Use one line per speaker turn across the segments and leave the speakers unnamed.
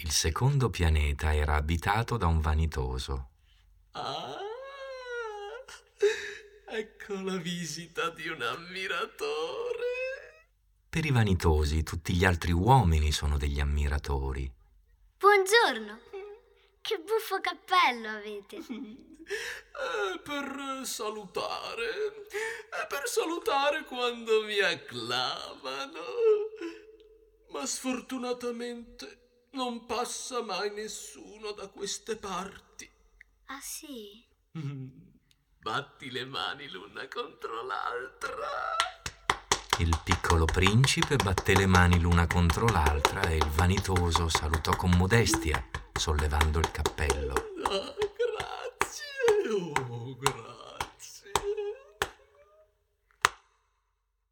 Il secondo pianeta era abitato da un vanitoso.
Ah, ecco la visita di un ammiratore.
Per i vanitosi tutti gli altri uomini sono degli ammiratori.
Buongiorno. Che buffo cappello avete.
Eh, per salutare, eh, per salutare quando mi acclamano. Ma sfortunatamente non passa mai nessuno da queste parti.
Ah sì?
Batti le mani l'una contro l'altra.
Il piccolo principe batté le mani l'una contro l'altra e il vanitoso salutò con modestia, sollevando il cappello.
Ah, grazie, oh, grazie.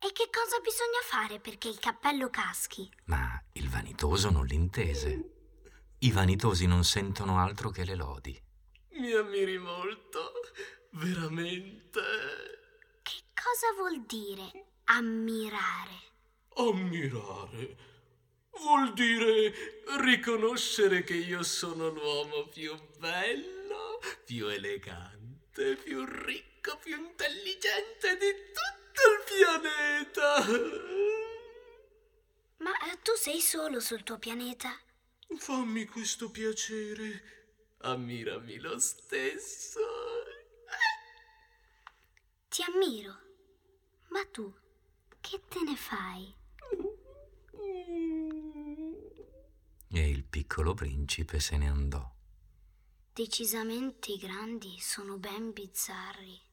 E che cosa bisogna fare perché il cappello caschi?
Ma il vanitoso non l'intese. I vanitosi non sentono altro che le lodi.
Mi ammiri molto, veramente.
Che cosa vuol dire ammirare?
Ammirare vuol dire riconoscere che io sono l'uomo più bello, più elegante, più ricco, più intelligente di tutto il pianeta.
Ma eh, tu sei solo sul tuo pianeta?
Fammi questo piacere. Ammirami lo stesso.
Ti ammiro. Ma tu che te ne fai?
E il piccolo principe se ne andò.
Decisamente i grandi sono ben bizzarri.